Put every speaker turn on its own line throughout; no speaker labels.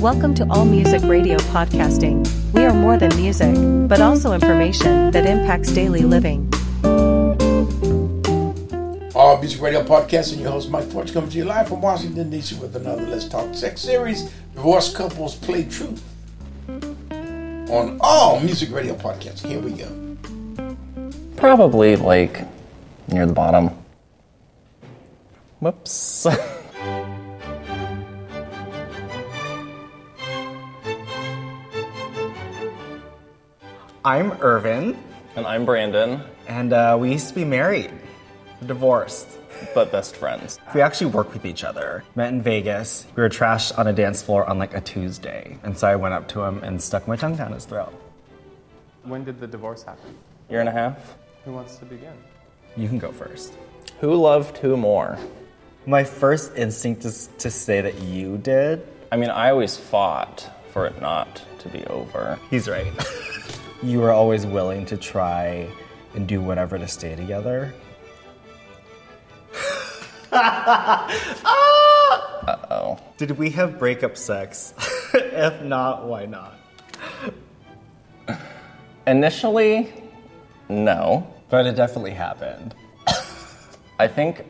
Welcome to All Music Radio Podcasting. We are more than music, but also information that impacts daily living.
All Music Radio Podcast and your host Mike Fortune coming to you live from Washington, D.C. with another Let's Talk Sex series, Divorced Couples Play Truth. On all Music Radio Podcasts. Here we go.
Probably like near the bottom. Whoops.
I'm Irvin,
and I'm Brandon,
and uh, we used to be married, divorced.
but best friends.
We actually work with each other. Met in Vegas. We were trashed on a dance floor on like a Tuesday, and so I went up to him and stuck my tongue down his throat.
When did the divorce happen?
Year and a half.
Who wants to begin?
You can go first.
Who loved who more?
My first instinct is to say that you did.
I mean, I always fought for it not to be over.
He's right. you were always willing to try and do whatever to stay together.
Uh oh.
Did we have breakup sex? if not, why not?
Initially, no.
But it definitely happened.
I think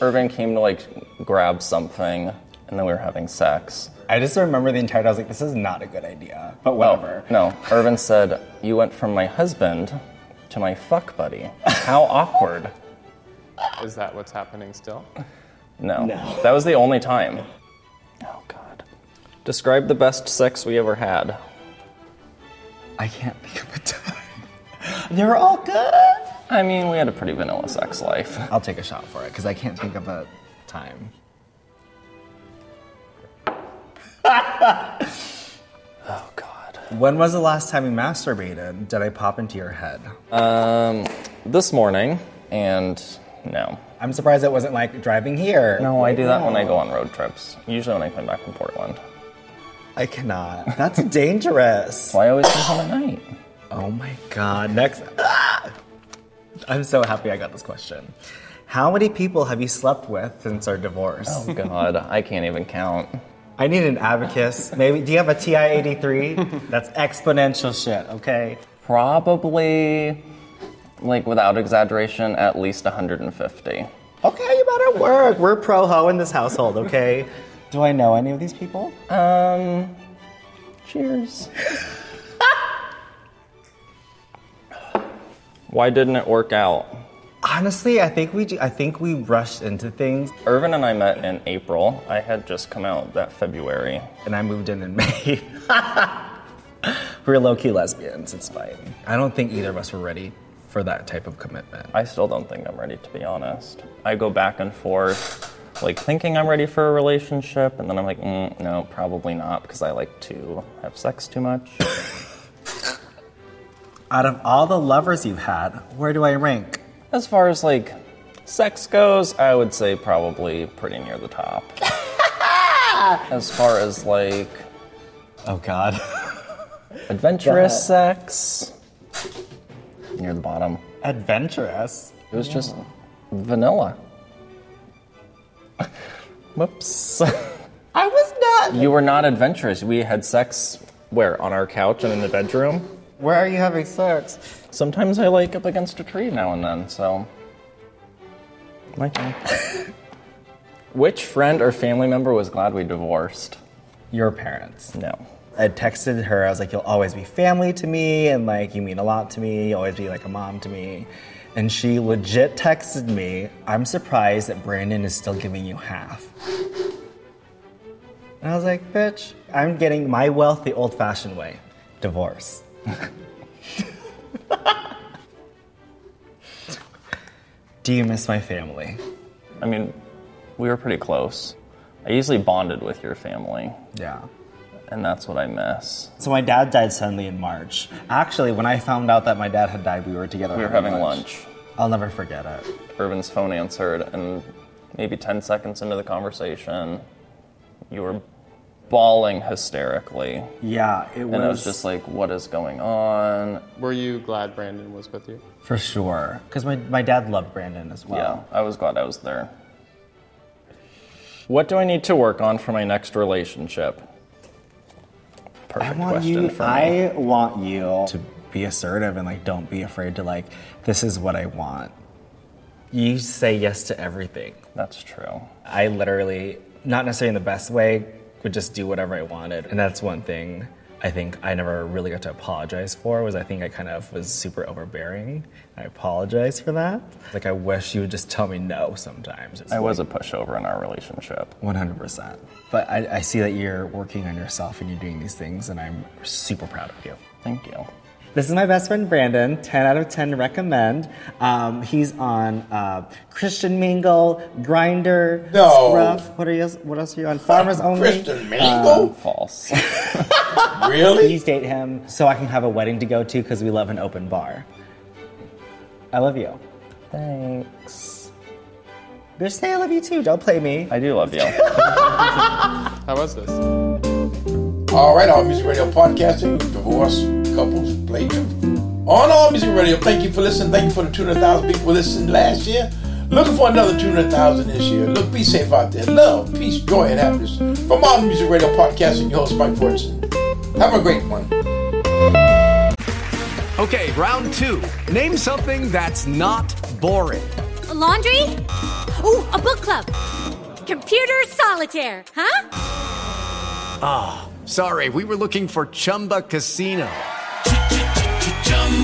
Irvin came to like grab something, and then we were having sex.
I just remember the entire. I was like, this is not a good idea. But
No,
whatever.
No, Irvin said, You went from my husband to my fuck buddy. How awkward.
Is that what's happening still?
No. That was the only time. Oh, God. Describe the best sex we ever had.
I can't think of a time. They were all good.
I mean, we had a pretty vanilla sex life.
I'll take a shot for it because I can't think of a time.
Oh, God.
When was the last time you masturbated? Did I pop into your head?
Um, this morning, and no.
I'm surprised it wasn't like driving here.
No, I do that when I go on road trips, usually when I come back from Portland.
I cannot. That's dangerous.
Well, I always come home at night.
Oh my god. Next. Ah! I'm so happy I got this question. How many people have you slept with since our divorce?
Oh, God. I can't even count.
I need an abacus. Maybe do you have a TI 83? That's exponential shit, okay?
Probably, like, without exaggeration, at least 150.
Okay, you better work. We're pro ho in this household, okay? Do I know any of these people?
Um, cheers. Why didn't it work out?
Honestly, I think we ju- I think we rushed into things
Irvin and I met in April. I had just come out that February.
and I moved in in May. we're low key lesbians, it's fine. I don't think either of us were ready for that type of commitment.
I still don't think I'm ready, to be honest. I go back and forth, like thinking I'm ready for a relationship, and then I'm like, mm, no, probably not, because I like to have sex too much.
Out of all the lovers you've had, where do I rank?
As far as like sex goes, I would say probably pretty near the top. as far as like
Oh god.
adventurous sex, near the bottom.
Adventurous.
It was just vanilla. Whoops.
I was not.
you were not adventurous. We had sex where? On our couch and in the bedroom?
Where are you having sex?
Sometimes I like up against a tree now and then, so. My turn. Which friend or family member was glad we divorced?
Your parents.
No.
I texted her. I was like, "You'll always be family to me, and like you mean a lot to me. You'll always be like a mom to me." And she legit texted me, "I'm surprised that Brandon is still giving you half." And I was like, "Bitch, I'm getting my wealth the old-fashioned way, divorce." Do you miss my family?
I mean, we were pretty close. I usually bonded with your family,
Yeah.
and that's what I miss.
So my dad died suddenly in March. Actually, when I found out that my dad had died, we were together.
We were having lunch.
I'll never forget it.
Urban's phone answered, and maybe 10 seconds into the conversation, you were bawling hysterically.
Yeah, it was.
And I was just like, what is going on?
Were you glad Brandon was with you?
for sure, because my my dad loved Brandon as
Yeah,
well.
I was glad I was there. What do I need to work on for my next relationship?
I
Perfect
want
question
you.
for me.
I want you to be assertive and like don't be afraid to like. This is what I want. You say yes to everything.
That's true.
I literally, not necessarily in the best way, would just do whatever I wanted. And that's one thing I think I never really got to apologize for was I think I kind of was super overbearing. I apologize for that. Like I wish you would just tell me no sometimes. It's
I was a pushover in our relationship.
100%. But I, I see that you're working on yourself and you're doing these things and I'm super proud of you.
Thank you.
This is my best friend Brandon. Ten out of ten recommend. Um, he's on uh, Christian Mingle, Grinder,
No.
Scruff. What are you? What else are you on? Farmers Only. Um,
Christian Mingle?
False.
really?
Please date him so I can have a wedding to go to because we love an open bar. I love you.
Thanks.
Just say I love you too. Don't play me.
I do love you.
How was this?
All right, All Music Radio podcasting, divorce, couples, play truth. On All Music Radio, thank you for listening. Thank you for the 200,000 people listening last year. Looking for another 200,000 this year. Look, be safe out there. Love, peace, joy, and happiness. From All Music Radio podcasting, your host, Mike Fortune. Have a great one.
Okay, round two. Name something that's not boring.
laundry? Ooh, a book club. Computer solitaire, huh?
Sorry, we were looking for Chumba Casino.